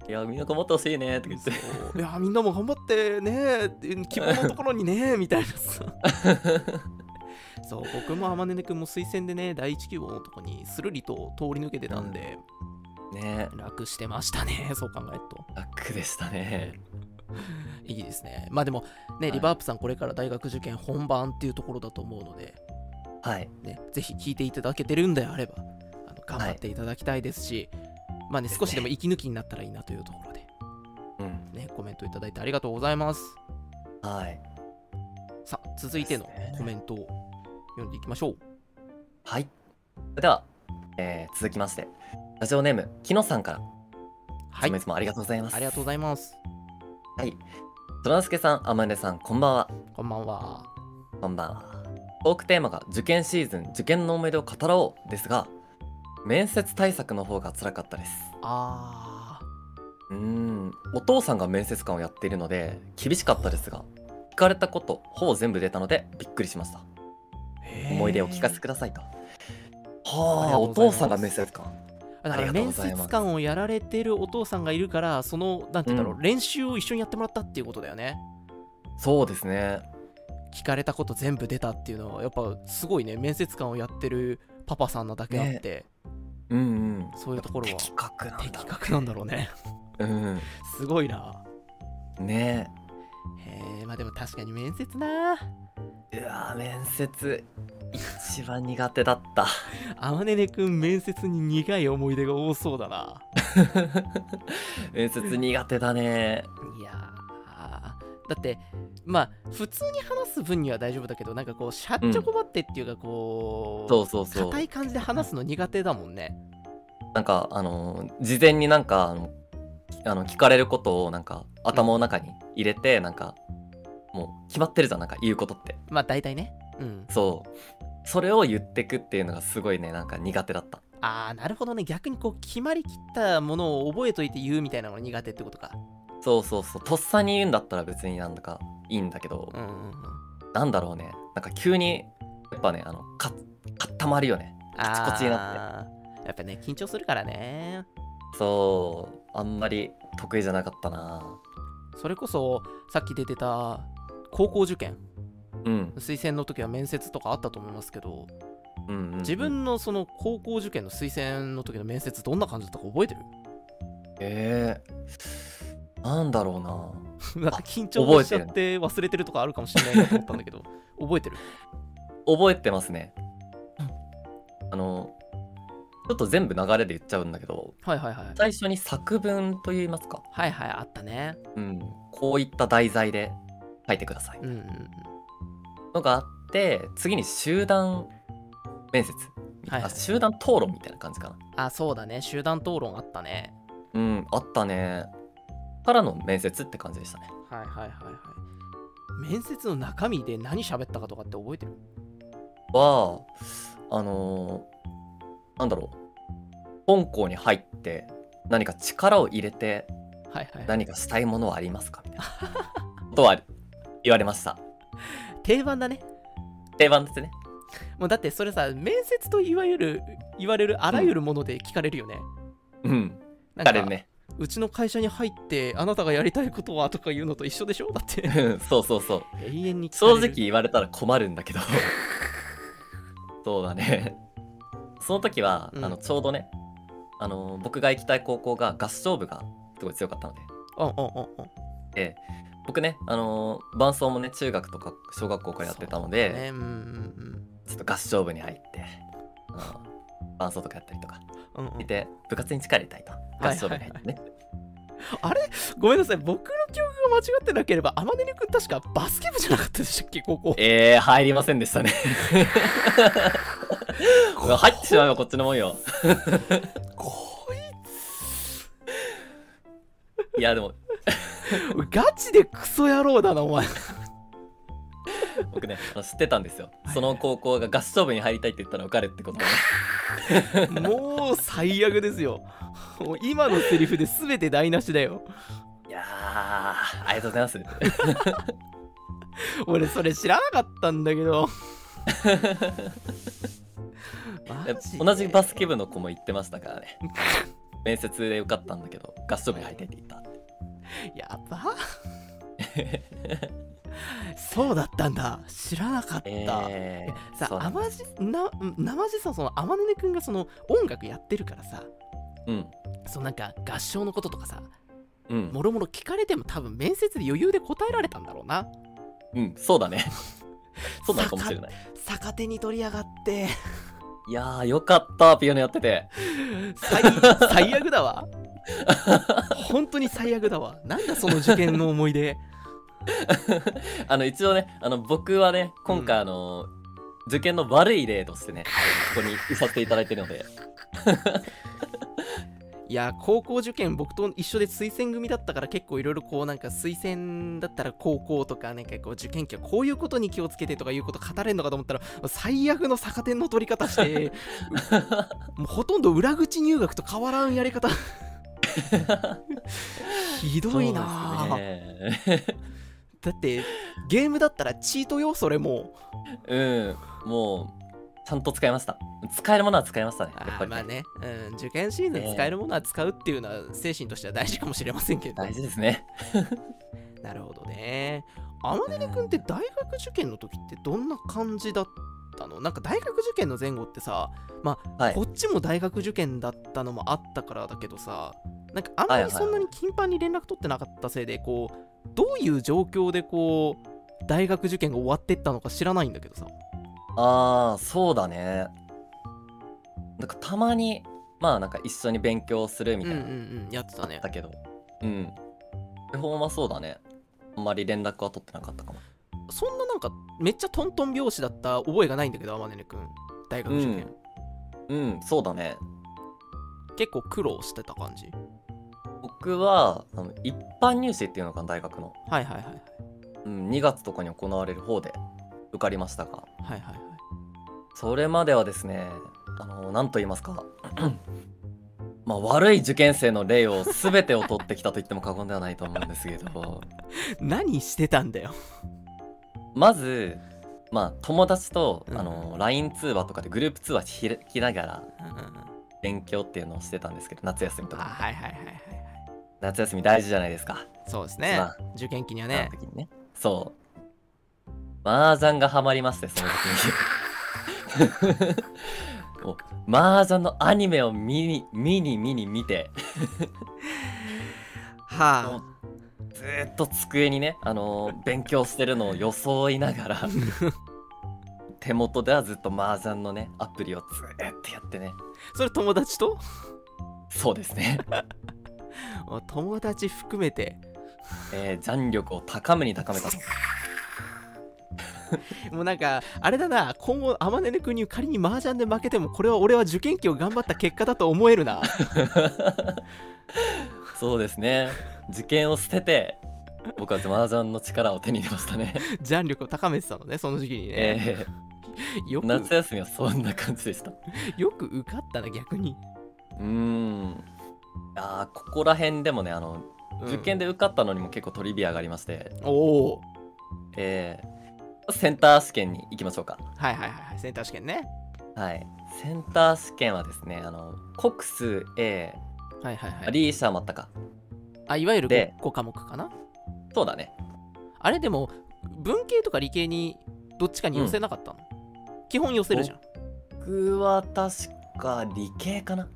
いやー、みんな頑張ってほしいねとか言って。
いやーみんなも頑張ってねーって希望のところにねーみたいなさそう僕も天音君も推薦でね第一希望のとこにスルリと通り抜けてたんで、
ね
楽してましたねそう考えると。
え、楽でしたね。
いいですね。まあでも、ね、
い
リバープさん、これから大学受験本番っていうところだと思うので、
はい。
ね、ぜひ聞いていただけてるんであれば、あの頑張っていただきたいですし、まあね、
ですね
少しでも息抜きになったらいいなというところで、
うん。
ね、コメントいただいてありがとうございます。
はい。
さあ、続いての
ですね
コメントを読んでいきましょう。
はい。それでは、えー続きまして、ラジオネーム、きのさんから、
はい
つも、いつもありがとうございます。
ありがとうございます。
はい。ドラスケさん、あまねさん、こんばんは。
こんばんは。
こんばんは。トークテーマが受験シーズン、受験の思い出を語ろうですが、面接対策の方が辛かったです。
あ
うーん、お父さんが面接官をやっているので、厳しかったですが、聞かれたこと、ほぼ全部出たので、びっくりしました。
ー
思い出を聞かせてくださいと。は
あり
あ、
がとう
お
ございま
父
す
さんが面接官。
だか
あ
ら
りがとうご
面
ざいます
接官をやられてるお父さんがいるから、その、なんて言うんだろう、
う
練習を一緒にやってもらったっていうことだよね。
そうですね。
聞かれたこと全部出たっていうのはやっぱすごいね面接官をやってるパパさんなだけあって、
うんうん。
そういうところは
的確なんだ。
的確なんだろうね
うん
すごいな
うん。ね
へえまあでも確かに面接な
え。うわー面接、一番苦手だ った。
あまねねくん面接に苦い思い出が多そうだな
面接苦手だね
いやーだってまあ普通に話す分には大丈夫だけどなんかこうしゃっちょこばってっていうかこう、
そうそうそう
硬い感じで話すの苦手だもんね
なんかあのー事前になんかあのあの聞かれることをなんか頭の中に入れてなんかもう決まってるじゃんなんか言うことって
まあ大体ねうん
そうそれを言ってくっていうのがすごいねなんか苦手だった
ああなるほどね逆にこう決まりきったものを覚えといて言うみたいなのが苦手ってことか
そうそうそうとっさに言うんだったら別になんだかいいんだけど、
うんうんうん
なんだろうねなんか急にやっぱねあのか固まるよね
あー
カチコチにな
やっぱね緊張するからね
そうあんまり得意じゃなかったな
それこそさっき出てた高校受験
うん
推薦の時は面接とかあったと思いますけど
うんうんうん
自分のその高校受験の推薦の時の面接どんな感じだったか覚えてる
えー、なんだろうな
なんか緊張しちゃって忘れてるとかあるかもしれないなと思ったんだけど 覚えてる
覚えてますねあのちょっと全部流れで言っちゃうんだけど
はいはいはい
最初に作文といいますか、
はいはいあったね
うん、こういった題材で書いてください
うんうんうん
のがあって次に集団面接、
はいはい
あ集団討論みたいな感じかな
あそうだね集団討論あったね
うんあったねからの面接って感じでしたね
はいはいはいはい面接の中身で何喋ったかとかって覚えてる
はあのーなんだろう本校に入って何か力を入れて
はいはいはい
何かしたいものはありますかみたいなことは言われました
定番だね
定番ですね
もうだってそれさ面接といわゆる言われるあらゆるもので聞かれるよね、
うん
なんか
誰ね
うちの会社に入ってあなたがやりたいことはとか言うのと一緒でしょだって
うんそうそうそう
永遠に聞
正
か
直
れる
言われたら困る んだけどそうだねその時は、
うん
あのちょうどねあの僕が行きたい高校が合唱部がすごい強かったので
うんうんうんうん
で僕ねあの伴奏もね中学とか小学校からやってたので、
ねうんうん
ちょっと合唱部に入ってあの伴奏とかやったりとか
うんうんう
い
ん
て部活に力入れたいと合唱部に入ってね、
ごめんなさい僕の記憶が間違ってなければ天音君確かバスケ部じゃなかったでしたっけ高校
えー、入りませんで したね入ってしまえばこっちのもんよ
こ
いやでも
いガチでクソ野郎だなお前
僕ねあの知ってたんですよその高校が合唱部に入りたいって言ったら受かるってことをね
もう最悪ですよ。もう今のセリフで全て台無しだよ。
いやーありがとうございます
俺それ知らなかったんだけど。マジで
同じバスケ部の子も言ってましたからね面接で受かったんだけど合唱部に入りたいって言ったって
やばそうだったんだ。知らなかった。
えー、
さ
そう
あ
なんだ
まじな生地さその天音くんがその音楽やってるからさ
うん
そのなんか合唱のこととかさ
うん、
もろもろ聞かれても多分面接で余裕で答えられたんだろうな
うん、そうだ ねそうなのかもしれない
逆手に取りやがって
いやーよかったピアノやってて
最最悪だわ本当に最悪だわなんだその受験の思い出
あの一応ねあの僕はね今回あの、受験の悪い例としてねここにいさせていただいてるので
いや高校受験僕と一緒で推薦組だったから結構いろいろこうなんか推薦だったら高校とかなんかこう受験期はこういうことに気をつけてとかいうこと語れんのかと思ったら最悪の逆転の取り方してもうほとんど裏口入学と変わらんやり 方ひ どいなあ
そうですね
だってゲームだったらチートよそれもう
うん、もう、ちゃんと使いました。使えるものは使いましたね。やっ
あー
ぱり、
まあね、うん、受験シーズン使えるものは使うっていうのは精神としては大事かもしれませんけど、
大事ですね。
なるほどね天音君って大学受験の時ってどんな感じだったのなんか大学受験の前後ってさまあ、
はい
こっちも大学受験だったのもあったからだけどさなんかあんま
はいはいは
りそ
い
んなに頻繁に連絡取ってなかったせいでこうどういう状況でこう大学受験が終わってったのか知らないんだけどさ
ああ、そうだね。なんかたまに、まあなんか一緒に勉強するみ
うん
た
う
い
んう
な、
んやってたね
だけど、うん。基本はそうだね。あんまり連絡は取ってなかったかも。
そんななんかめっちゃトントン拍子だった覚えがないんだけど天音くん大学受験、
うんうん、そうだね。
結構苦労してた感じ
僕は、あの一般入試っていうのかな、大学の。
はいはいはい
うん、2月とかに行われる方で受かりましたが、
はいはいはい
それまではですね、あの、なんと言いますか、 まあ、悪い受験生の例を全てを取ってきたと言っても過言ではないと思うんですけど、
何してたんだよ
まず、まあ、友達と、
うん
あの、LINE 通話とかでグループ通話ひらきながら
あ
勉強っていうのをしてたんですけど、夏休みとか。
はいはいはいはいはい
夏休み大事じゃないですか。
そうですね
まあ
受験期には
あ
ね
の時にね。そう。麻雀がハマりまして、その時に。もう麻雀のアニメを見に見に見に見ても
は
うずーっと机にね、あのー勉強してるのを装いながら手元ではずっと麻雀のねアプリをずーっとやってね
あそれ友達と
そうですね、
お友達含めて
えー、残力を高めに高めた
もうなんかあれだな今後天音君に仮に麻雀で負けてもこれは俺は受験期を頑張った結果だと思え るな
そうですね受験を捨てて僕は麻雀の力を手に入れましたね、
ジャン力を高めてたのねその時期にね、
え
よ
ー、
く
夏休みはそんな感じでしたう
よく受かったな逆に、
ーんあーここら辺でもねあの
うん
受験で受かったのにも結構トリビアがありまして、
おお
えーセンター試験に行きましょうか
はいはいはいはいセンター試験ね
はい、センター試験はですねあの国数 A
はいはいは
ア
い
リーシャーマったか
あいわゆる
で
5, 5科目かな
そうだね
あれでも文系とか理系にどっちかに寄せなかったの、基本寄せるじゃん
僕は確か理系かな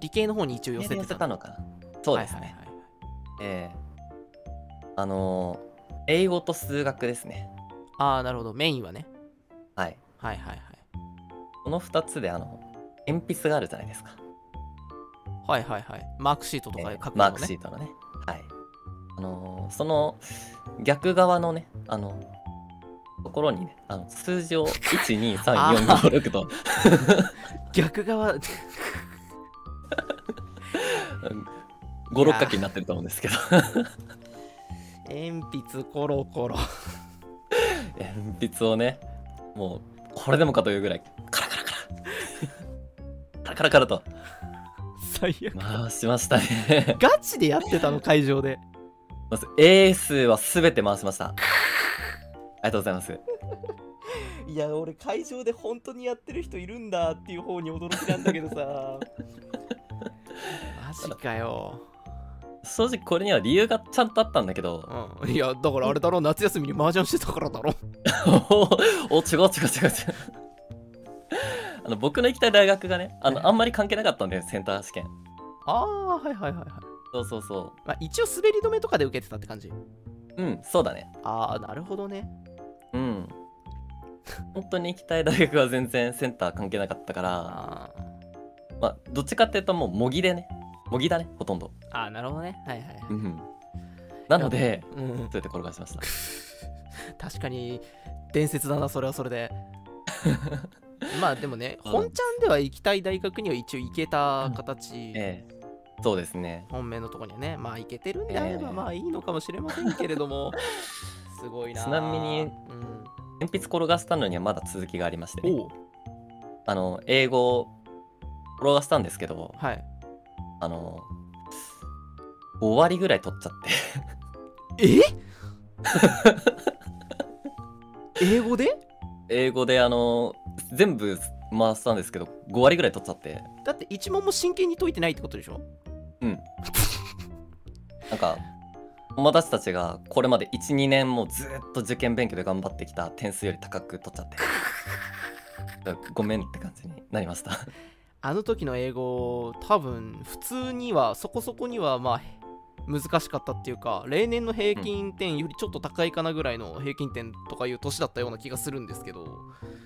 理系の方に一応
理
寄
系
せ
で
て
寄
た
せたのかなそうですね、
はいはいはいはい
えーあのー英語と数学ですね
ああなるほどメインはね
はい
はいはい
この2つであの鉛筆があるじゃないですか、
はいはいはいはいマークシートとか
え
で書
ー
く
マ
の
ークシ
ね
ートのねはいあのーその逆側のねあのところにねあの数字を12345 6と
逆側
五六角形になってると思うんですけど
鉛筆コロコロ
鉛筆をねもうこれでもかというぐらいカラカラカラカラカラカラと
最悪
回しましたね
ガチでやってたの会場で
まず A 数は全て回しましたありがとうございます
いや俺会場で本当にやってる人いるんだっていう方に驚きなんだけどさ マジかよ、
正直これには理由がちゃんとあったんだけど
うん、いやだからあれだろ夏休みに麻雀してたからだろ
お違う違う違う違うあの僕の行きたい大学がねあのあんまり関係なかったんだよセンター試験
ああはいはいはいはい、
そうそうそ
まあ、一応滑り止めとかで受けてたって感じ
ううんそうだね
ああなるほどね
うん。本当に行きたい大学は全然センター関係なかったから、
あー
まあ、どっちかっていうともう模擬でね、模擬だね、ほとんど。
あーなるほどねはいはいはい、
うん。なので、
うん、
そうやって転がしました。
確かに伝説だなそれはそれ でまあでもね
うん
本ちゃんでは行きたい大学には一応行けた形、
ええそうですね。
本命のとこにはねまあ行けてるんであれ
え
ば
え
まあいいのかもしれませんけれど もすごいなあ
ちなみに
うん、
鉛筆転がしたのにはまだ続きがありまして、ね、
おう
あの、英語を転がしたんですけど、
はい
あの、5割ぐらい取っちゃって、
え 英語で
英語であの、全部回したんですけど、5割ぐらい取っちゃって、
だって一問も真剣に解いてないってことでしょ
なんか友達たちがこれまで12年もうずっと受験勉強で頑張ってきた点数より高く取っち ゃってごめんって感じになりました
あの時の英語多分普通にはそこそこにはまあ難しかったっていうか例年の平均点よりちょっと高いかなぐらいの平均点とかいう年だったような気がするんですけど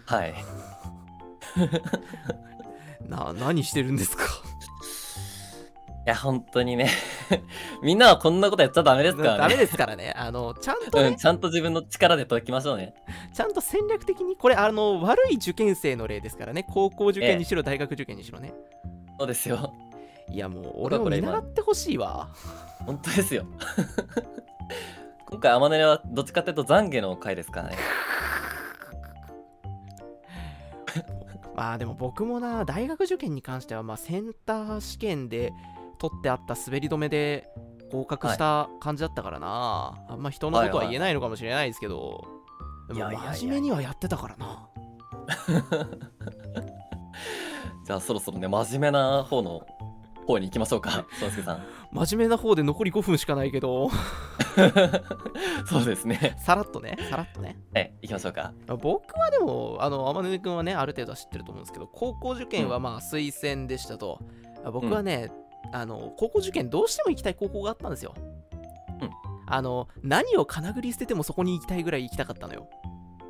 はい
な何してるん ですか
いや本当にね みんなはこんなことやっちゃダメですから
ダメ
ね
ですからねあのちゃんと
う
ね、
ん、ちゃんと自分の力で解きましょうね
ちゃんと戦略的にこれあの悪い受験生の例ですからね高校受験にしろ大学受験にしろね、
そうですよ
いやもう
僕
俺
は
も
これ
見
今
習ってほしいわ
本当ですよ今回天音はどっちかっていうと懺悔の回ですからね
まあでも僕もな大学受験に関してはまあセンター試験で取ってあった滑り止めで合格した感じだったからな、あんま人のことは言えないのかもしれないですけど、
はいはい
でも
いやいやいや
真面目にはやってたからな
じゃあそろそろね真面目な方の方に行きましょうか俊介さん
真面目な方で残り5分しかないけど
そうですね。
さらっとねさらっとね
はい、行きましょうか。
僕はでもあの天音君はねある程度は知ってると思うんですけど高校受験はまあ推薦でしたと、僕はね、あの高校受験どうしても行きたい高校があったんですよ、
うん
あの何を金繰り捨ててもそこに行きたいぐらい行きたかったのよ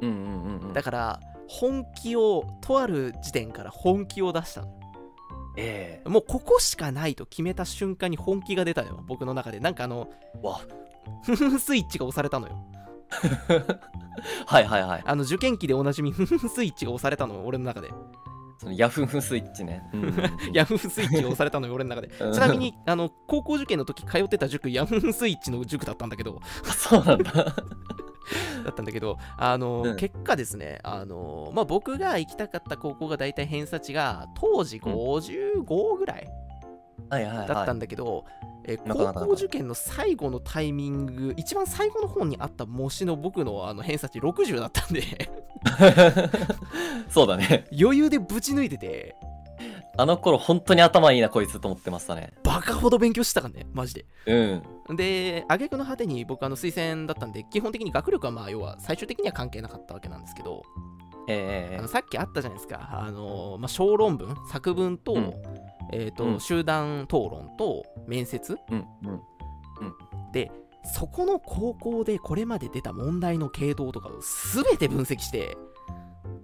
うんうんうんうん。
だから本気をとある時点から本気を出したの
ええ
もうここしかないと決めた瞬間に本気が出たのよ僕の中でなんかあの
わ。
スイッチが押されたのよ
はいはいはい。
あの受験期でおなじみスイッチが押されたのよ俺の中で
そのヤフーフスイッチね。うんうんうん
ヤフースイッチが押されたのよ、俺の中で。
う ん
ちなみに、あの、高校受験の時通ってた塾、ヤフースイッチの塾だったんだけど、
あそうなんだ。
だったんだけど、あの、
うん
結果ですね、あの、まあ、僕が行きたかった高校が大体偏差値が、当時
うん
55ぐらい
はいはいはい。
だったんだけど、えー
なかなか
高校受験の最後のタイミング、一番最後の方にあった模試の僕のあの偏差値60だったんで、
そうだね。
余裕でぶち抜いてて、
あの頃本当に頭いいなこいつと思ってましたね。
バカほど勉強してたからね、マジで。
うん。
で挙句の果てに僕あの推薦だったんで基本的に学力はまあ要は最終的には関係なかったわけなんですけど、
え
あ
え
のさっきあったじゃないですかあの、まあ、小論文作文と,、
うん
えーと
うん
集団討論と面接
うんうん。
そこの高校でこれまで出た問題の系統とかを全て分析 して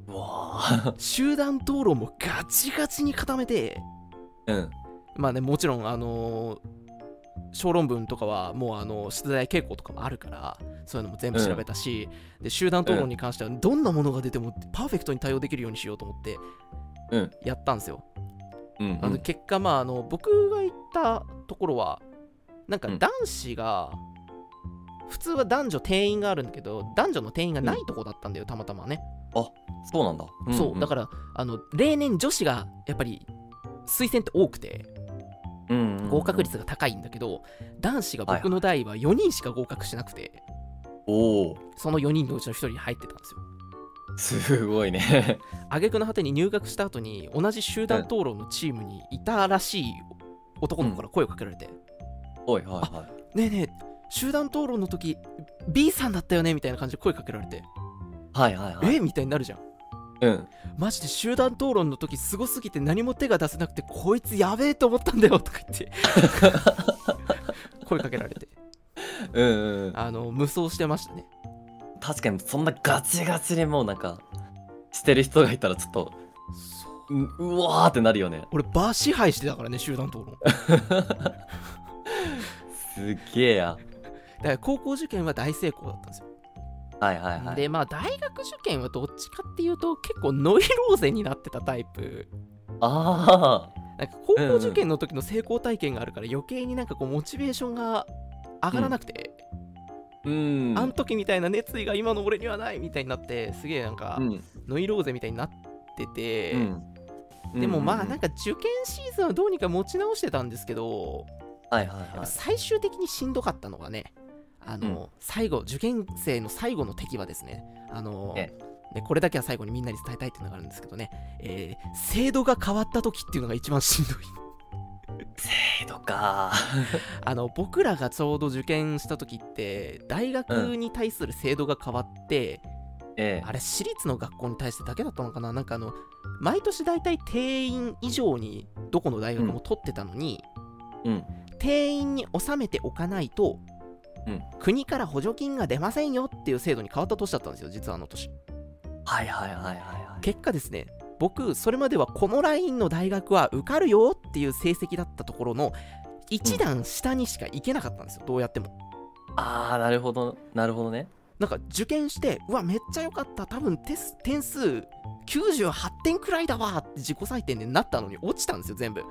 うわ
集団討論もガチガチに固めて
ーうん。
まあねもちろんあの小論文とかはもうあの出題傾向とかもあるからそういうのも全部調べたし、で集団討論に関してはどんなものが出てもパーフェクトに対応できるようにしようと思って
うん
やったんですよ、
うん
あの結果まああの僕が行ったところはなんか
うん
男子が、普通は男女定員があるんだけど男女の定員がないとこだったんだよ、たまたまね、
そうなんだ。。
そうだかららあの例年女子がやっぱり推薦って多くて、
うんうんうん
合格率が高いんだけど、男子が僕の代は4人しか合格しなくて、
おお。
その4人のうちの1人に入ってたんですよ。
すごいね。
挙句の果てに入学した後に同じ集団討論のチームにいたらしい男の子から声をかけられて、
おいはいは
ねえねえ集団討論の時 B さんだったよねみたいな感じで声かけられて、
い。はいはいはい。
えみたいになるじゃん
うん。
マジで集団討論の時すごすぎて何も手が出せなくてこいつやべえと思ったんだよとか言って 声かけられて
うんうんうん。
あの無双してましたね
確かにそんなガチガチにもうなんかしてる人がいたらちょっとうんうわーってなるよね
俺バー支配してたからね集団討論だか
すげえや
ら高校受験は大成功だったんですよ、
はいはいはい
でまあ大学受験はどっちかっていうと結構ノイローゼになってたタイプ
あ
なんか高校受験の時の成功体験があるから余計になんかこうモチベーションが上がらなくて、
あうん
あん時みたいな熱意が今の俺にはないみたいになってすげえなんか
うん
ノイローゼみたいになってて、
うん
でもまあなん
か
か受験シーズンはどうにか持ち直してたんですけど、
はいはいはい
最終的にしんどかったのがねあの、
うん
最後受験生の最後の敵はですねあの
え
ねこれだけは最後にみんなに伝えたいっていうのがあるんですけどね、えー制度が変わった時っていうのが一番しんどい
えとか
あの僕らがちょうど受験した時って大学に対する制度が変わって、
ええ
あれ私立の学校に対してだけだったのかななんかあの毎年大体定員以上にどこの大学も取ってたのに、
うん
定員に収めておかないと、
うん
国から補助金が出ませんよっていう制度に変わった年だったんですよ実はあの年
はいはいはいはいはい
結果ですね僕それまではこのラインの大学は受かるよっていう成績だったところの一段下にしか行けなかったんですよどうやっても
ああなるほどなるほどね
なんか受験してうわめっちゃ良かった多分テス点数98点くらいだわって自己採点でなったのに落ちたんですよ全部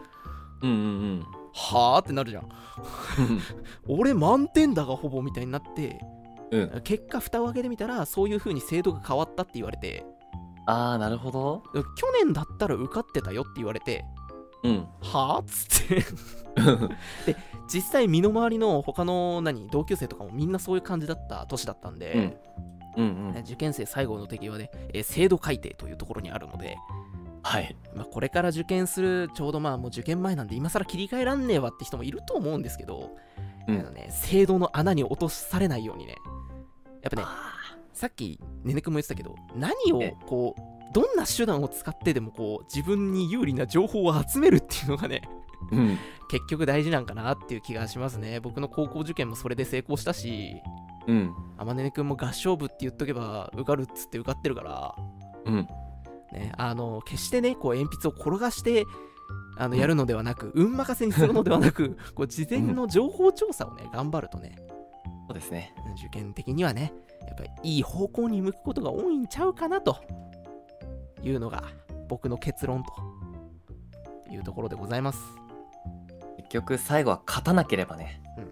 うんうん
はあってなるじゃん 俺満点だがほぼみたいになって
うんうん
結果蓋を開けてみたらそういう風に制度が変わったって言われて
ああなるほど
去年だったら受かってたよって言われて
うん
はあっつって 実際身の回りの他の何同級生とかもみんなそういう感じだった年だったん
う
で
ん、うんうん
受験生最後の敵はね、えー制度改定というところにあるので、
はい
まあ、これから受験するちょうどまあもう受験前なんで今更切り替えらんねえわって人もいると思うんですけど、
うん
あのね、聖堂の穴に落とされないようにねやっぱね
あ
さっきねねくんも言ってたけど何を
え
こうどんな手段を使ってでもこう自分に有利な情報を集めるっていうのがね
ーうん
結局大事なんかなっていう気がしますね僕の高校受験もそれで成功したし
うん
あまねねくんも合唱部って言っとけば受かるっつって受かってるから
うん
ね、あの決してねこう鉛筆を転がしてあのやるのではなく、運任せにするのではなくこう事前の情報調査をね頑張るとね
そうですね
受験的にはねやっぱりいい方向に向くことが多いんちゃうかなというのが僕の結論というところでございます
結局最後は勝たなければね、
うん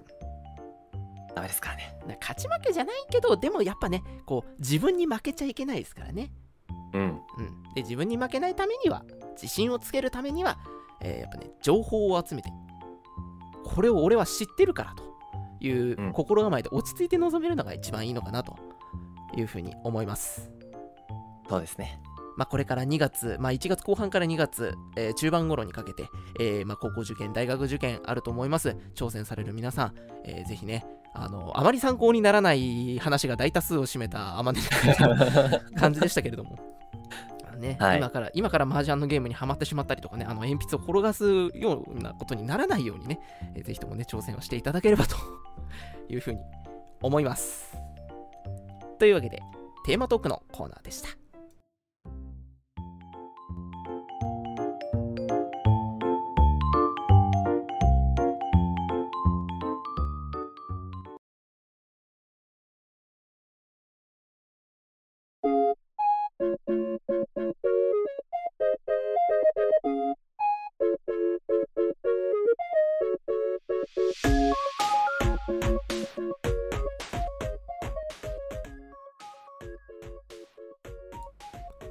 ダメですからね
な勝ち負けじゃないけどでもやっぱねこう自分に負けちゃいけないですからね、
うん
うん、で自分に負けないためには自信をつけるためには、えーやっぱね情報を集めてこれを俺は知ってるからといううん心構えで落ち着いて臨めるのが一番いいのかなというふうに思います。
そうですね
まあ、これから2月、まあ、1月後半から2月、えー中盤頃にかけて、えーまあ、高校受験、大学受験あると思います。挑戦される皆さん、えーぜひね、あの、あまり参考にならない話が大多数を占めた、あまね感じでしたけれども。 ね
はい
今から今から麻雀のゲームにはまってしまったりとかねあの鉛筆を転がすようなことにならないようにね、えーぜひともね挑戦をしていただければというふうに思いますというわけでテーマトークのコーナーでした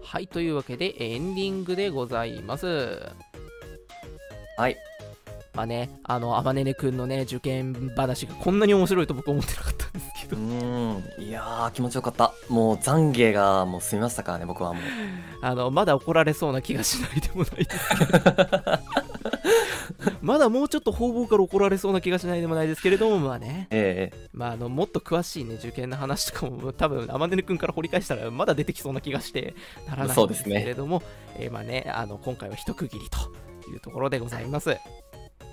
はい、というわけでエンディングでございます。
はい
まあね、あの、あまねねくんのね、受験話がこんなに面白いと僕は思ってなかったんですけ
う
ど、
ーんいやー気持ちよかったもう懺悔がもう済みましたからね僕はもう
あの、まだ怒られそうな気がしないでもないですけど、 まだもうちょっと方々から怒られそうな気がしないでもないですけれども、まあね、
ええ
まあ、あの、もっと詳しいね、受験の話とかも、多分あまねねくんから掘り返したら、まだ出てきそうな気がして、ならない
そ
ん
う
で
ですす
け
ね
れども、えーまあね、あの、今回は一区切りというところでございます。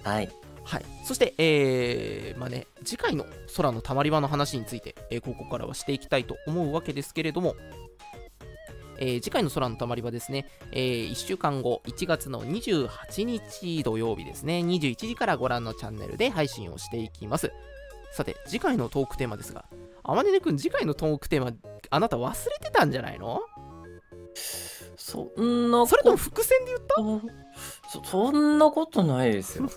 はい
はい、そして、えーまあね、次回の空のたまり場の話について、えーここからはしていきたいと思うわけですけれども、えー次回の空のたまり場ですね、え1週間後、1月の28日土曜日ですね、21時からご覧のチャンネルで配信をしていきます。さて、次回のトークテーマですが、あまねねくん、次回のトークテーマ、あなた忘れてたんじゃないの
そんな
それとも伏線で言った
そそんなことないで すよ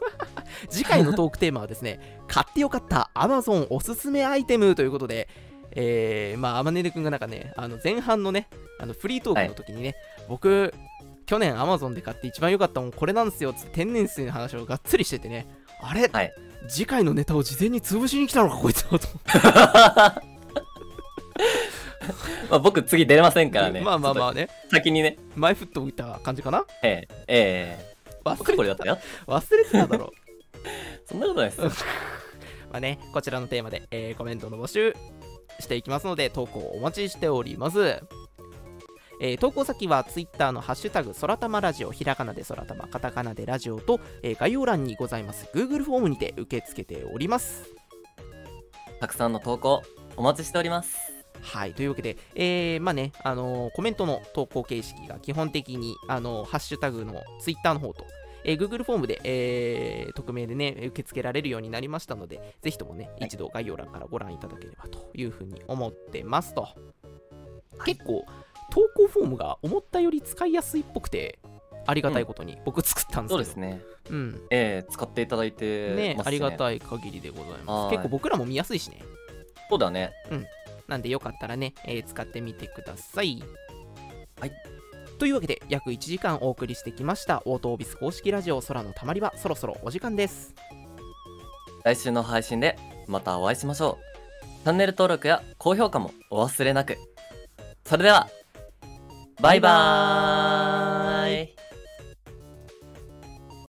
次回のトークテーマはですね 買ってよかった Amazon おすすめアイテムということでえー、まあ天音くんがなんかねあの前半のねあのフリートークの時にね、僕去年 Amazon で買って一番良かったもんこれなんですよっつって天然水の話をがっつりしててねあれ、
はい
次回のネタを事前に潰しに来たのかこいつはと思って
まあ僕次出れませんからね
まあまあまあ
ち
ね
ょっと先にね
前フットを打った感じかな
ええええ
忘
こ
れ
れだったよ
忘れてただろう
そんなことないですよ
まあね、こちらのテーマで、えーコメントの募集していきますので、投稿お待ちしております。えー投稿先は Twitter のハッシュタグ、そらたまラジオ、ひらがなでそらたま、カタカナでラジオと、えー概要欄にございます Google フォームにて受け付けております。
たくさんの投稿お待ちしております
はい、というわけで、えーまあね、あのーコメントの投稿形式が基本的に、あのーハッシュタグのツイッターの方と、えー Google フォームで、えー匿名でね、受け付けられるようになりましたので、ぜひともね、
い
一度概要欄からご覧いただければというふうに思ってますと。
い
結構、投稿フォームが思ったより使いやすいっぽくて、ありがたいことに僕作ったんですけ
そう
ど、
ですね
うん、
ええ使っていただいてます
ね
ね
ありがたい限りでございま
は
す。
い
結構僕らも見やすいしね。
そうだね
なんでよかったらね、えー使ってみてください。
はい。
というわけで、約1時間お送りしてきました、オートオービス公式ラジオ空のたまり場、そろそろお時間です。
来週の配信でまたお会いしましょうチャンネル登録や高評価もお忘れなくそれではバイバーイ